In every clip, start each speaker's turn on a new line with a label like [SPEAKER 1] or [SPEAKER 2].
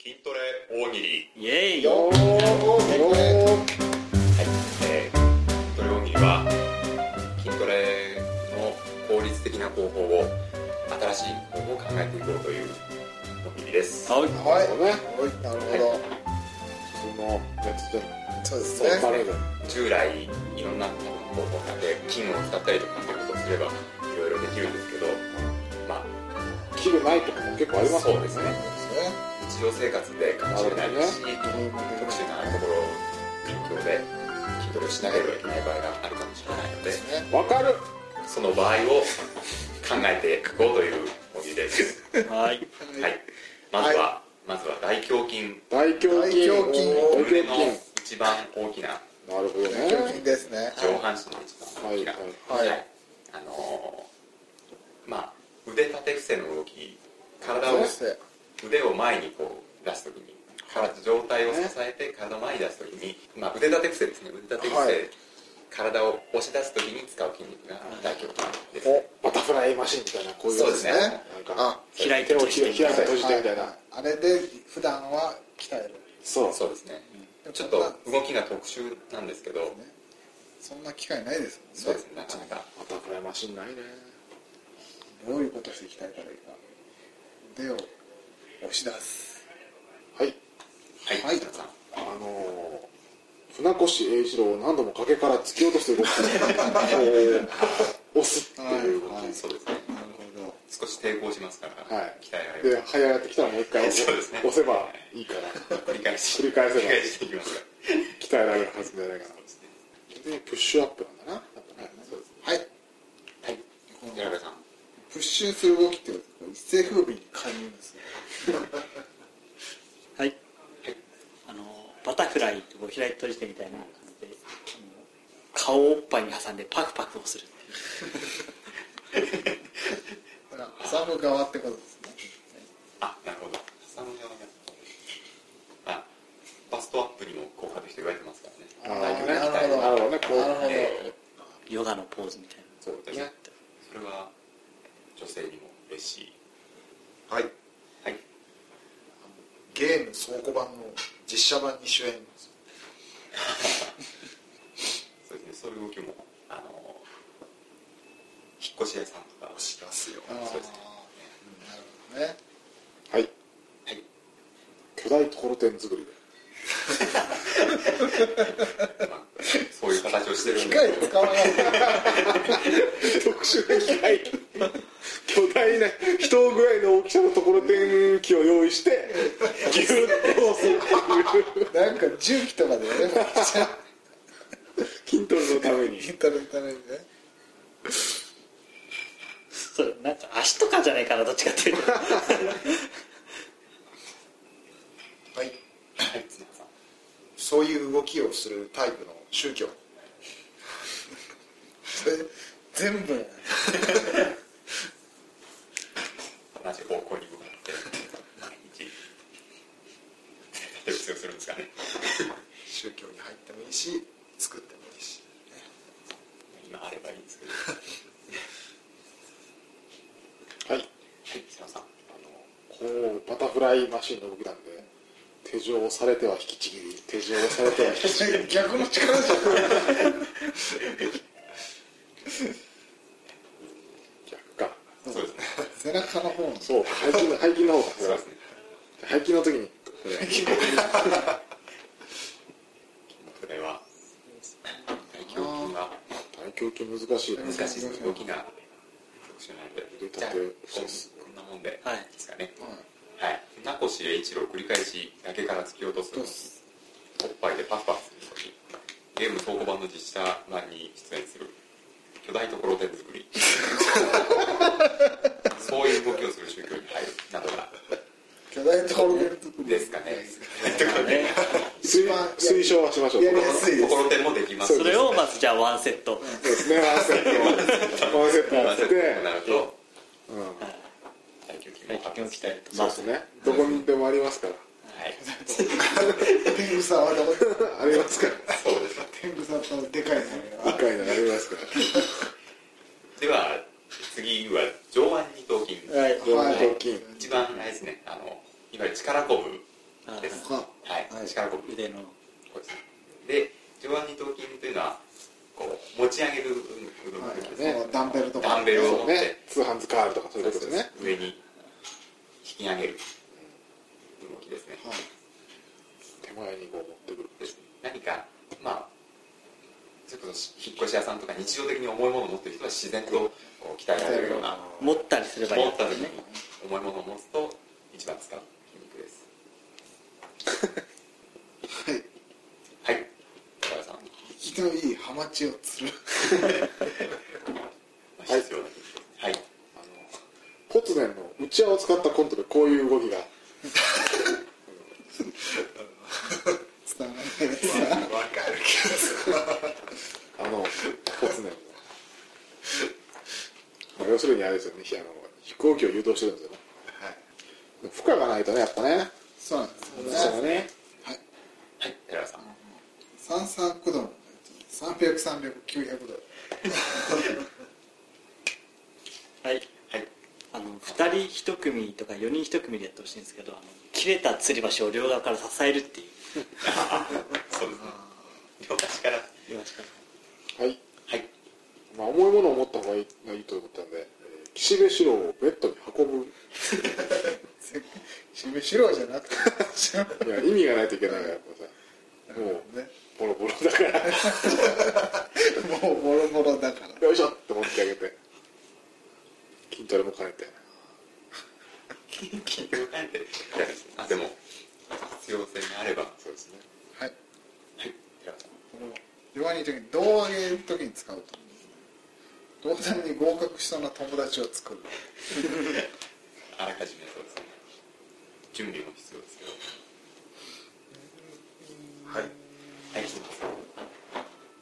[SPEAKER 1] 筋トレ大喜利、
[SPEAKER 2] イエーイ
[SPEAKER 3] よーよ
[SPEAKER 1] えー筋トレ大喜利は筋トレの効率的な方法を新しい方法を考えていこうという大喜利です
[SPEAKER 2] はい
[SPEAKER 3] ーはい
[SPEAKER 4] そうね
[SPEAKER 3] なるほど
[SPEAKER 4] 普通のやつじゃない
[SPEAKER 3] そうです
[SPEAKER 4] そう
[SPEAKER 3] ね
[SPEAKER 4] バレる
[SPEAKER 1] 従来いろんな方法があって筋を使ったりとかってことをすればいろいろできるんですけどまあ
[SPEAKER 4] 切るないとかも結構あります
[SPEAKER 1] そうですね
[SPEAKER 3] そうですね
[SPEAKER 1] 日常生活でかもしれないですし、特殊なところ勉強で筋トレをしなければいけない場合があるかもしれないので
[SPEAKER 3] ですね
[SPEAKER 4] わかる
[SPEAKER 1] その場合を考えていこうという大喜利です
[SPEAKER 2] はい
[SPEAKER 1] はい、まずは、まずは大胸筋
[SPEAKER 4] 大胸筋
[SPEAKER 3] 大胸筋
[SPEAKER 4] 大胸筋
[SPEAKER 1] 胸の一番大きな
[SPEAKER 4] なるほど
[SPEAKER 3] 大胸筋
[SPEAKER 4] ね
[SPEAKER 3] ですね
[SPEAKER 1] 上半身の一番大きな、
[SPEAKER 4] はい
[SPEAKER 3] はい
[SPEAKER 1] あのーまあ腕立て伏せの動き体
[SPEAKER 3] そ
[SPEAKER 1] を
[SPEAKER 3] して
[SPEAKER 1] 腕を前にこう出すときに体上体を支えて体を前に出すときに、まあ、腕立て伏せですね腕立て伏せ、
[SPEAKER 3] はい
[SPEAKER 1] 体を押し出すときに使う筋肉が大胸筋です
[SPEAKER 3] お
[SPEAKER 4] バタフライマシンみたいなこういうやつ
[SPEAKER 1] そうですね
[SPEAKER 4] なん
[SPEAKER 3] あ
[SPEAKER 4] か
[SPEAKER 2] 開いて
[SPEAKER 4] 手を
[SPEAKER 2] 閉じ
[SPEAKER 4] 開
[SPEAKER 2] てみ
[SPEAKER 4] いて
[SPEAKER 2] たいな
[SPEAKER 4] 閉じてみたいな
[SPEAKER 3] あれで普段は鍛える
[SPEAKER 4] そう
[SPEAKER 1] そうですねちょっと動きが特殊なんですけど
[SPEAKER 3] そんな機会ないですもんね
[SPEAKER 1] そうですねなかなか
[SPEAKER 4] バタフライマシンないね
[SPEAKER 3] どういうことして鍛えたらいいか腕を押し出す
[SPEAKER 4] はい
[SPEAKER 1] はい、
[SPEAKER 3] はい
[SPEAKER 1] 皆さん
[SPEAKER 4] あのー船越英一郎を何度も崖から突き落として動くこう押すっていう動き、
[SPEAKER 3] はいはい
[SPEAKER 1] そうですね
[SPEAKER 3] なるほ
[SPEAKER 1] 少し抵抗しますから、
[SPEAKER 4] はい
[SPEAKER 1] 鍛えられ
[SPEAKER 4] で
[SPEAKER 1] る
[SPEAKER 4] 早やってきたらもう一回押せ,、
[SPEAKER 1] そうですね
[SPEAKER 4] 押せばいいから
[SPEAKER 1] 繰り返し
[SPEAKER 4] 繰り返せば
[SPEAKER 1] 繰り返していきますか
[SPEAKER 4] 鍛えられるはずじゃないかな
[SPEAKER 1] らそうですね
[SPEAKER 4] でプッシュアップなんだなやっぱね
[SPEAKER 1] そうですね
[SPEAKER 3] どはい
[SPEAKER 1] はい寺
[SPEAKER 3] この
[SPEAKER 1] 部さん
[SPEAKER 3] プッシュする動きっていうのは一世風靡に介入ですね
[SPEAKER 2] はいあのバタフライを開いて閉じてみたいな感じであの顔をおっぱいに挟んでパクパクをするっていう
[SPEAKER 3] だから挟む側ってことですね
[SPEAKER 1] あなるほど挟む側があバストアップにも効果的と言われてますからね
[SPEAKER 4] あー
[SPEAKER 1] 大
[SPEAKER 3] なるほど
[SPEAKER 4] なるほどねこう
[SPEAKER 3] なるほど
[SPEAKER 1] え
[SPEAKER 2] ヨガのポーズみたいな
[SPEAKER 1] そうですねそれは女性にも嬉しい
[SPEAKER 3] はい
[SPEAKER 1] はい
[SPEAKER 3] ゲーム倉庫版の実写版に主演
[SPEAKER 1] そうですねそういう動きもあの引っ越し屋さんとかをしますよ
[SPEAKER 3] ああなる
[SPEAKER 1] そうですね
[SPEAKER 3] ほどね
[SPEAKER 4] はい
[SPEAKER 1] はい
[SPEAKER 4] 巨大ところてん作りで
[SPEAKER 1] まあそういう形をしてるん
[SPEAKER 3] 機
[SPEAKER 1] で
[SPEAKER 3] 械使わない
[SPEAKER 4] 特殊な機械巨大な人ぐらいの大きさのところてん機を用意してギュッと押すっていう
[SPEAKER 3] なんか重機とかでやればいいじゃん
[SPEAKER 4] 筋トレのために
[SPEAKER 3] 筋トレのためにね
[SPEAKER 2] それなんか足とかじゃないかなどっちかっていうと
[SPEAKER 3] はい
[SPEAKER 1] はい津田さん
[SPEAKER 3] そういう動きをするタイプの宗教それ全
[SPEAKER 1] 同
[SPEAKER 3] 部
[SPEAKER 1] じ方向に向かって毎日手伏せをするんですかね
[SPEAKER 3] 宗教に入ってもいいし作ってもいいし
[SPEAKER 1] 今あればいいんですけど
[SPEAKER 4] はい
[SPEAKER 1] はい津田さんあの
[SPEAKER 4] こうバタフライマシンの動きなんで手錠をされては引きちぎり手錠をされては引きち
[SPEAKER 3] 逆の力じゃん
[SPEAKER 4] ぎり逆か
[SPEAKER 1] そうですね
[SPEAKER 3] 背中の方の
[SPEAKER 4] そう背筋の背筋の方が
[SPEAKER 1] そうですね
[SPEAKER 4] 背筋の時にこれ
[SPEAKER 1] これは大胸筋は
[SPEAKER 4] 大胸筋難しいね
[SPEAKER 1] 難しいです動きが特殊なので
[SPEAKER 4] 腕立
[SPEAKER 1] じ
[SPEAKER 4] て
[SPEAKER 1] ゃあこ
[SPEAKER 4] 伏せ
[SPEAKER 1] んこんなもんで
[SPEAKER 2] はい
[SPEAKER 1] いですかねはい船越英一郎を繰り返し崖から突き落とすおっぱいでパフパフする時ゲーム倉庫版の実写版に出演する巨大ところてん作りそういう動きをする宗教に入るなどが
[SPEAKER 3] 巨大ところで作り
[SPEAKER 1] ですかね
[SPEAKER 2] ね
[SPEAKER 4] 推
[SPEAKER 3] まあ
[SPEAKER 4] 推奨はしましょう
[SPEAKER 3] やりやすいで
[SPEAKER 1] と
[SPEAKER 3] す
[SPEAKER 1] ころてんもできます
[SPEAKER 2] それをまずじゃあワンセット
[SPEAKER 4] そうですねワンセットワンセット
[SPEAKER 1] な
[SPEAKER 4] やって
[SPEAKER 1] ると
[SPEAKER 4] うん
[SPEAKER 1] 大胸筋
[SPEAKER 2] 大
[SPEAKER 1] も
[SPEAKER 2] 胸筋を鍛えると
[SPEAKER 4] そうですねどこにでもありますから
[SPEAKER 1] はい
[SPEAKER 3] 天狗さんはどこ
[SPEAKER 4] ありますから
[SPEAKER 1] そうです
[SPEAKER 3] 天狗さんとでかいの
[SPEAKER 4] 一回ならありますか
[SPEAKER 1] では次は上腕二頭筋
[SPEAKER 4] らはい上腕と筋
[SPEAKER 1] 一番あれですねあのいわゆる力こぶです。
[SPEAKER 3] は
[SPEAKER 1] はい
[SPEAKER 3] は。い
[SPEAKER 1] 力こぶ。
[SPEAKER 2] 腕の
[SPEAKER 1] こうですで、上腕二頭筋というのは、こう、持ち上げる部分
[SPEAKER 3] い
[SPEAKER 1] ですね。
[SPEAKER 3] ね、ダンベルとか
[SPEAKER 1] ダンベルを
[SPEAKER 4] そうね通販ズカールとかそういうことですね
[SPEAKER 1] 上に引き上げる動きですね。
[SPEAKER 3] はい
[SPEAKER 4] 手前にこう持ってくる
[SPEAKER 1] です何か、まあ、それこそ引っ越し屋さんとか日常的に重いものを持ってる人は自然とこう鍛えられるような、
[SPEAKER 2] 持ったりすればいい
[SPEAKER 1] 持
[SPEAKER 2] ん
[SPEAKER 1] った
[SPEAKER 2] で
[SPEAKER 1] 時
[SPEAKER 2] す
[SPEAKER 1] に
[SPEAKER 2] ね
[SPEAKER 1] 重いものを持つと一番使う筋肉です。
[SPEAKER 3] はい
[SPEAKER 1] はい。高橋さん、ま
[SPEAKER 3] 人のいいハマチを釣る
[SPEAKER 1] あ必要な筋肉です。はい。
[SPEAKER 4] あのポツネンのうちわを使ったコントでこういう動きが
[SPEAKER 3] 伝わらないです
[SPEAKER 1] わかるけ
[SPEAKER 4] あのポツネンの、まあ、要するにあれですよねひあの飛行機を誘導してるんですよね
[SPEAKER 3] はい
[SPEAKER 4] 負荷がないとねやっぱね
[SPEAKER 3] そうなんです
[SPEAKER 4] そ
[SPEAKER 3] よ
[SPEAKER 4] う
[SPEAKER 3] ね
[SPEAKER 4] ね
[SPEAKER 3] はい
[SPEAKER 1] はい、寺田さん。
[SPEAKER 3] 三三駆動の三百三百九百度
[SPEAKER 2] はい
[SPEAKER 1] はい。
[SPEAKER 2] あの2人1組とか4人1組でやってほしいんですけどあの切れた吊り橋を両側から支えるっていう
[SPEAKER 1] そうですね。両端から。
[SPEAKER 2] 両足から
[SPEAKER 4] はい、
[SPEAKER 1] はい。
[SPEAKER 4] まあ、重いものを持った方がいいがいいと思ったんでえー岸辺四郎をベッドに運ぶ
[SPEAKER 3] しめしろじゃなくて
[SPEAKER 4] いや意味がないといけないからやっぱさもう
[SPEAKER 3] ね
[SPEAKER 4] ボロボロだから
[SPEAKER 3] もうボロボロだから
[SPEAKER 4] よいしょって持ってあげて筋トレも兼ねて
[SPEAKER 1] 筋肉を変えて。あ、でも、必要性があれば。
[SPEAKER 4] そうですね
[SPEAKER 3] はい
[SPEAKER 1] はい、寺田さん。
[SPEAKER 3] この弱い時に胴を上げる時に使うと同段に合格しそうな友達を作る
[SPEAKER 1] あらかじめそうですね。準備も必要ですけど。
[SPEAKER 5] はい
[SPEAKER 1] はい、そうです。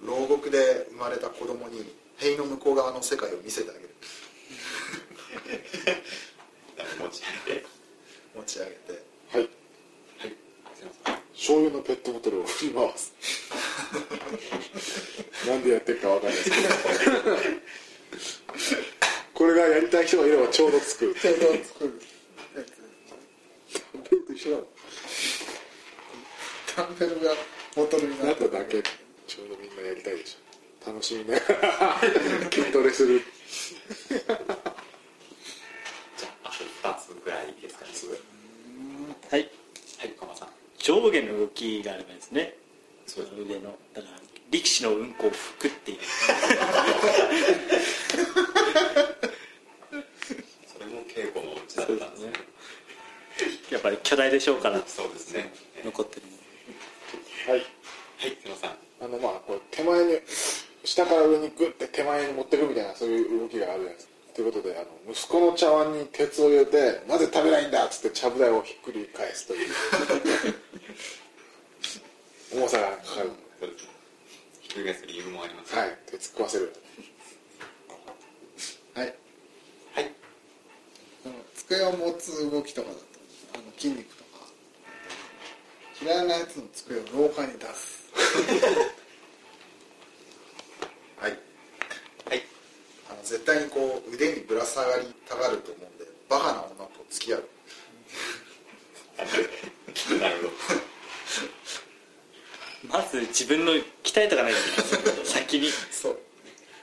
[SPEAKER 5] 牢獄で生まれた子供に塀の向こう側の世界を見せてあげる
[SPEAKER 1] 持ち上げて。
[SPEAKER 5] 持ち上げて
[SPEAKER 4] は
[SPEAKER 1] は
[SPEAKER 4] い
[SPEAKER 1] い、すいません。
[SPEAKER 4] 醤油のペットボトルを振り回す なんでやってるかわかんないですけどこれがやりたい人がいればちょうどつく
[SPEAKER 3] ちょうど作るや
[SPEAKER 4] ダンベルと一緒だも
[SPEAKER 3] つダンベルがボトルに
[SPEAKER 4] ん
[SPEAKER 3] な
[SPEAKER 4] な
[SPEAKER 3] っ
[SPEAKER 4] った
[SPEAKER 3] て
[SPEAKER 4] だけちょうどみんなやりたいでしょ楽しみ ながら筋トレする
[SPEAKER 1] じゃあ、あと2つぐらいですかね。
[SPEAKER 2] はい
[SPEAKER 1] はい、駒さん。
[SPEAKER 2] 上下の動きがあればいいですね
[SPEAKER 1] そうですね
[SPEAKER 2] 腕のだから力士のうんこを拭くっていう
[SPEAKER 1] それも稽古のうちだったんですね。
[SPEAKER 2] やっぱり巨大でしょうから
[SPEAKER 1] そうですね。
[SPEAKER 2] 残ってるもの
[SPEAKER 4] はい
[SPEAKER 1] はい、すいません。
[SPEAKER 4] あのまあこう手前に下から上にグッて手前に持ってくみたいなそういう動きがあるじゃないですかということであの息子の茶碗に鉄を入れてなぜ食べないんだっつってちゃぶ台をひっくり返すという 重さがかかる
[SPEAKER 1] そうですね。ひっくり返す理由もあります。。
[SPEAKER 4] はいい鉄食わせる
[SPEAKER 3] はい
[SPEAKER 1] はい。
[SPEAKER 3] その机を持つ動きとかだとあの筋肉とか嫌いなやつの机を廊下に出す
[SPEAKER 5] はい
[SPEAKER 1] はい。
[SPEAKER 5] あの絶対にこう腕にぶら下がりたがると思うんでバカな女と付き合う
[SPEAKER 1] なるほど。
[SPEAKER 2] まず自分の鍛えとかないと先に
[SPEAKER 5] そう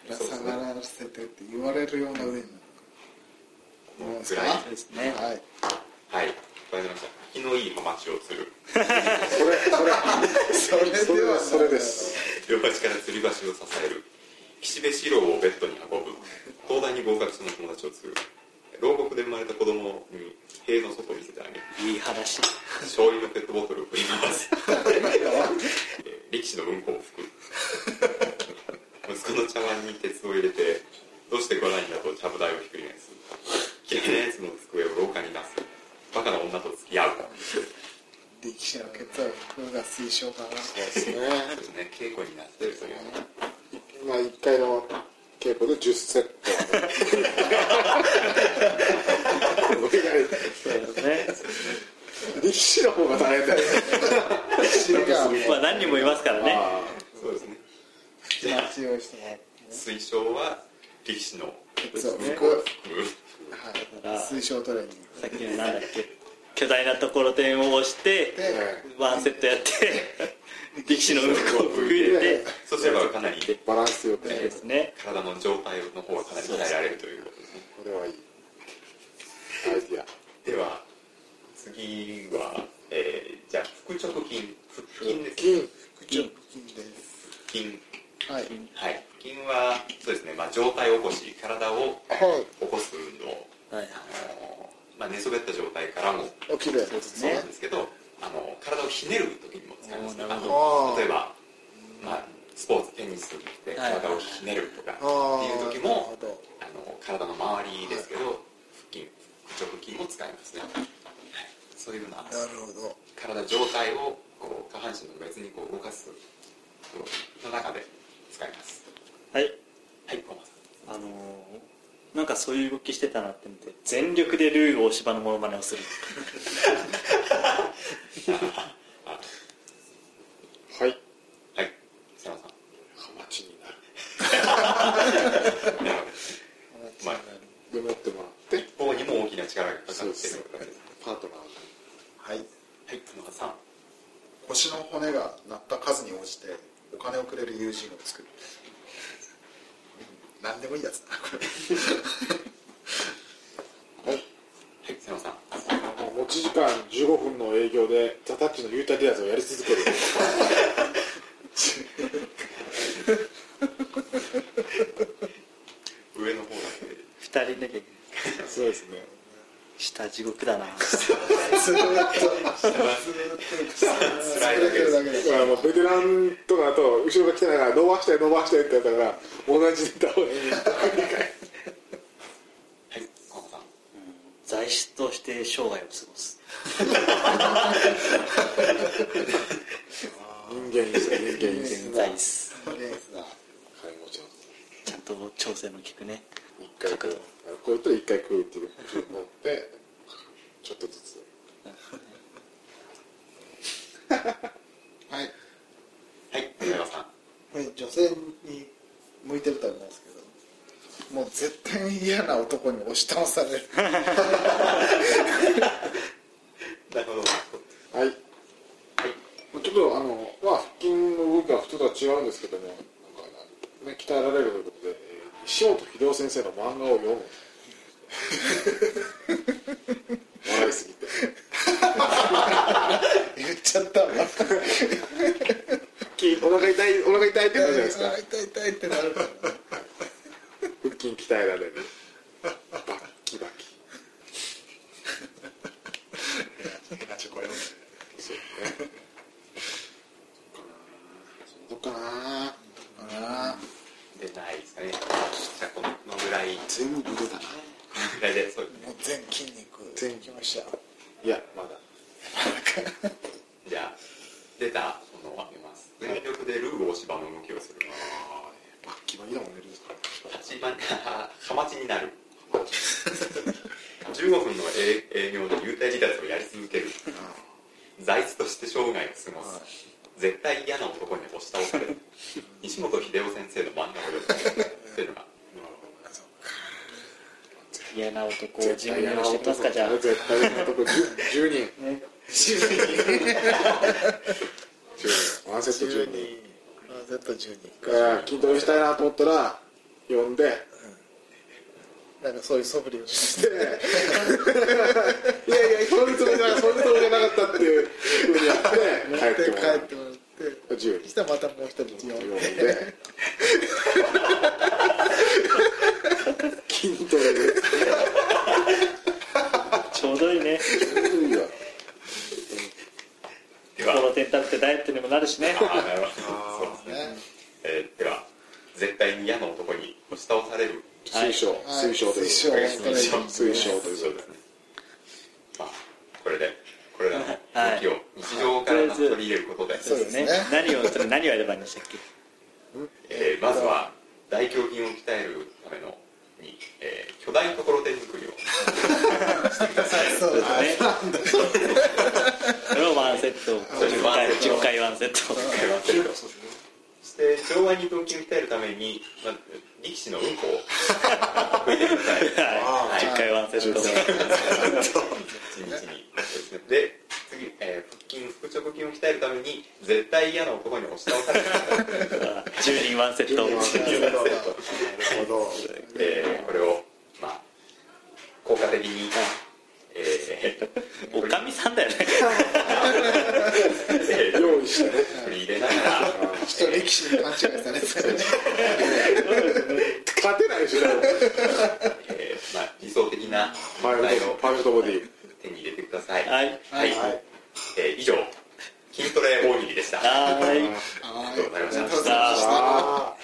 [SPEAKER 3] ぶら下がらせてって言われるような腕になる
[SPEAKER 1] ぐらい
[SPEAKER 3] は
[SPEAKER 2] ですね
[SPEAKER 3] い
[SPEAKER 1] はい。わかりました。気のいいハマチを釣る。
[SPEAKER 4] それそれ
[SPEAKER 3] それ
[SPEAKER 4] そ
[SPEAKER 3] で
[SPEAKER 4] れ
[SPEAKER 3] は
[SPEAKER 4] それです
[SPEAKER 1] 両端から吊り橋を支える。岸辺四郎をベッドに運 ぶ。東大に合格者の友達を釣る。牢獄で生まれた子供に塀の外を見せてあげる。
[SPEAKER 2] いい話
[SPEAKER 1] 醤油のペットボトルを振り回す えー力士のうんこを拭く息子の茶碗に鉄を入れてどうして来ないんだとちゃぶ台をひっくり返す嫌いなやつの机を廊下に出すバカな女と付き合う
[SPEAKER 3] 力士の血圧が推奨かな
[SPEAKER 4] ですね
[SPEAKER 1] そうですね稽古になってるという
[SPEAKER 4] まあ1回の稽古で10セッ
[SPEAKER 2] そうです
[SPEAKER 4] トお願い
[SPEAKER 2] ね
[SPEAKER 4] 力士の方が大変だよ
[SPEAKER 3] 力士が
[SPEAKER 2] まあ何人もいますからね
[SPEAKER 1] そうですね
[SPEAKER 3] 気持ちをしてもらって
[SPEAKER 1] 推奨は力士の
[SPEAKER 3] 血圧を
[SPEAKER 1] うんこを
[SPEAKER 3] こう
[SPEAKER 1] 拭く
[SPEAKER 3] はい推奨トレーニング
[SPEAKER 2] さっきのなんだっけ巨大なところてんを押して
[SPEAKER 3] で、
[SPEAKER 2] ワンセットやって力士のうんこをくぐれて
[SPEAKER 1] そうすればかなり
[SPEAKER 4] バランスよく、
[SPEAKER 2] いいですね
[SPEAKER 1] 体の状態の方はかなり鍛えられるということですね
[SPEAKER 4] これはいいアイディア
[SPEAKER 1] では次は、えーじゃあ腹直筋腹筋です
[SPEAKER 4] 金
[SPEAKER 3] 腹直筋です
[SPEAKER 1] 腹筋
[SPEAKER 3] はい
[SPEAKER 1] はい腹筋はそうですね、まあ、上体起こし体を
[SPEAKER 4] は
[SPEAKER 1] 起こす運動
[SPEAKER 2] はい
[SPEAKER 1] あのまあ、寝そべった状態からも
[SPEAKER 4] い起きるやつ
[SPEAKER 2] です
[SPEAKER 1] そう
[SPEAKER 2] ね
[SPEAKER 1] なんですけど、あの体をひねる時にも使いますね
[SPEAKER 2] おー
[SPEAKER 1] あの例えば、ま
[SPEAKER 2] なるほ
[SPEAKER 4] ど
[SPEAKER 1] あ、スポーツテニスで
[SPEAKER 2] はい
[SPEAKER 1] 体をひねるとか
[SPEAKER 4] あー
[SPEAKER 1] っていう時
[SPEAKER 4] なる
[SPEAKER 1] も
[SPEAKER 4] ほど
[SPEAKER 1] あの体の周りですけど腹筋腹直筋も使いますね、はい、そういうような
[SPEAKER 4] なるほど
[SPEAKER 1] 体状態をこう下半身の別にこう動かす動きの中で使います
[SPEAKER 2] はい
[SPEAKER 1] はい小松さ
[SPEAKER 2] あのーなんかそういう動きしてたなって思って全力でルール大芝のモノマネをする
[SPEAKER 4] はい
[SPEAKER 1] んはい瀬山さん
[SPEAKER 4] ハマチになる
[SPEAKER 1] まあ
[SPEAKER 4] でもってもらって
[SPEAKER 1] 棒にも大きな力がかかって
[SPEAKER 4] そ
[SPEAKER 1] る
[SPEAKER 4] う
[SPEAKER 1] わ
[SPEAKER 4] で
[SPEAKER 1] けです
[SPEAKER 4] す
[SPEAKER 1] ね
[SPEAKER 4] ねパートナーが
[SPEAKER 5] はい
[SPEAKER 1] はい小松さん
[SPEAKER 5] 腰の骨が鳴った数に応じてお金をくれる友人を作るうん何でもいいやつだなこれ
[SPEAKER 1] はい、瀬野さん。
[SPEAKER 4] 持ち時間15分の営業でザ・タッチのユータ・ディアスをやり続ける
[SPEAKER 1] 上の方だけ
[SPEAKER 2] 2人だけで
[SPEAKER 4] そうですね
[SPEAKER 2] 下地獄だな
[SPEAKER 3] ずーっと
[SPEAKER 1] 辛いだけです。
[SPEAKER 3] け
[SPEAKER 4] だ
[SPEAKER 3] で
[SPEAKER 4] からもうベテランとかだと後ろが来てないから伸ばして伸ばしてってやったから同じネタを延々と繰り返す
[SPEAKER 1] はい、小野さん。
[SPEAKER 2] 在室として生涯を過ごす
[SPEAKER 4] 人間ですね人間です
[SPEAKER 2] 現在室
[SPEAKER 3] レースだ
[SPEAKER 4] はいもちろん
[SPEAKER 2] ちゃんと調整の効くね
[SPEAKER 4] 一回食うこうやったら一回食うっていう風になってちょっとずつ
[SPEAKER 3] はい
[SPEAKER 1] はい、小山さん。
[SPEAKER 3] これ女性に向いてると思うんですけどもう絶対に嫌な男に押し倒される
[SPEAKER 1] なるほど。
[SPEAKER 4] はいちょっとあの、まあ、腹筋の動きは普通とは違うんですけどもなんか、ね、鍛えられるということでえー西本秀夫先生の漫画を読む笑いすぎて
[SPEAKER 3] 言っちゃったわ
[SPEAKER 4] 腹 筋お腹痛いお腹痛いってなるじゃないですか
[SPEAKER 3] あ痛い痛いってなるからね
[SPEAKER 4] 腹筋鍛えられるバッキバ キ
[SPEAKER 5] 変なチョコ読んで
[SPEAKER 4] そうねどっかなそのどっかな
[SPEAKER 3] あ
[SPEAKER 1] 出ないですかね。じゃあ、このぐらい、
[SPEAKER 4] 全部腕だな
[SPEAKER 1] ぐらいで、そう
[SPEAKER 3] ーもう全筋肉全きました
[SPEAKER 4] いやまだ
[SPEAKER 1] じゃあ、出たものをあげます。全力でルーを芝の動きをする。
[SPEAKER 4] バッキバキだもんねルーズ
[SPEAKER 1] 立ちま、はまちになる。15分の営営業で幽体離脱をやり続ける。在室として生涯を過ごす。絶対嫌な男に押し倒される。西本秀夫先生の漫画を読む。っていうのが。
[SPEAKER 2] 嫌な男を人形にしていきますかじゃあ
[SPEAKER 4] 絶対嫌な男 10, 人10人ワンセット
[SPEAKER 3] 12
[SPEAKER 4] 10人
[SPEAKER 3] あ Z12
[SPEAKER 4] だから筋トレしたいなと思ったら呼んで
[SPEAKER 3] なんかそう いう素振りをして
[SPEAKER 4] でいやいやそんなつもりじゃないそんなつもりじゃなかったっていうふうにやって
[SPEAKER 3] 帰
[SPEAKER 4] 帰
[SPEAKER 3] っ
[SPEAKER 4] ってても
[SPEAKER 3] 帰
[SPEAKER 4] ら
[SPEAKER 3] ってもらって
[SPEAKER 4] う10
[SPEAKER 3] そし
[SPEAKER 4] 人
[SPEAKER 3] たらまたもう一人呼
[SPEAKER 4] 呼
[SPEAKER 3] ん
[SPEAKER 4] ん
[SPEAKER 3] で
[SPEAKER 4] で筋トレで
[SPEAKER 2] ちょうどいい ね
[SPEAKER 4] いいよ
[SPEAKER 1] で
[SPEAKER 2] こ
[SPEAKER 1] は、
[SPEAKER 2] の点立ってダイエットにもなるしね
[SPEAKER 1] あなるほど。そうですね。
[SPEAKER 3] ね
[SPEAKER 1] えーでは絶対に嫌な男に押し倒される
[SPEAKER 4] 推奨
[SPEAKER 3] はい
[SPEAKER 4] 推奨という
[SPEAKER 3] 推奨
[SPEAKER 1] 推奨
[SPEAKER 4] 推奨ということで
[SPEAKER 1] ねまあこれでこれらの動きを日常か
[SPEAKER 2] は
[SPEAKER 1] ら
[SPEAKER 2] い
[SPEAKER 1] 取り入れることで、
[SPEAKER 2] そうですね
[SPEAKER 3] そうです
[SPEAKER 2] 何をそれ何をやればいいんでしたっけ
[SPEAKER 1] えーまずは大胸筋を鍛えるためのに、えー巨大ところ手作りを
[SPEAKER 3] そうです
[SPEAKER 2] ね
[SPEAKER 3] ね
[SPEAKER 2] それをワンセット
[SPEAKER 1] そうです
[SPEAKER 2] 10回10回ワンセット
[SPEAKER 1] やらせるとして上腕二頭筋を鍛えるために、まあ、力士のうんこを拭いてください
[SPEAKER 5] あ
[SPEAKER 2] 10回ワンセット
[SPEAKER 1] 一日にですねで次、えー腹筋腹直筋を鍛えるために絶対嫌な男に押し倒される
[SPEAKER 2] 10人ワンセット
[SPEAKER 5] なるほど
[SPEAKER 1] えーこれを、まあ、効果的に、えー
[SPEAKER 2] おかみさんだよね
[SPEAKER 1] えー
[SPEAKER 4] 用意してね
[SPEAKER 1] 取り入れながら、
[SPEAKER 3] ちょっと歴史に勘違いされてたね
[SPEAKER 4] 勝てないでしょでも
[SPEAKER 1] えーまあ、理想的な
[SPEAKER 4] パーフェ
[SPEAKER 1] 体
[SPEAKER 4] クト
[SPEAKER 1] を
[SPEAKER 4] パーフェクトボディ
[SPEAKER 1] 手に入れてください。
[SPEAKER 2] はい
[SPEAKER 1] はい
[SPEAKER 5] はい
[SPEAKER 1] えー以上、筋トレ大喜利でした。あり
[SPEAKER 2] はーい
[SPEAKER 3] あ
[SPEAKER 1] がとうございました。
[SPEAKER 3] ー
[SPEAKER 4] ああ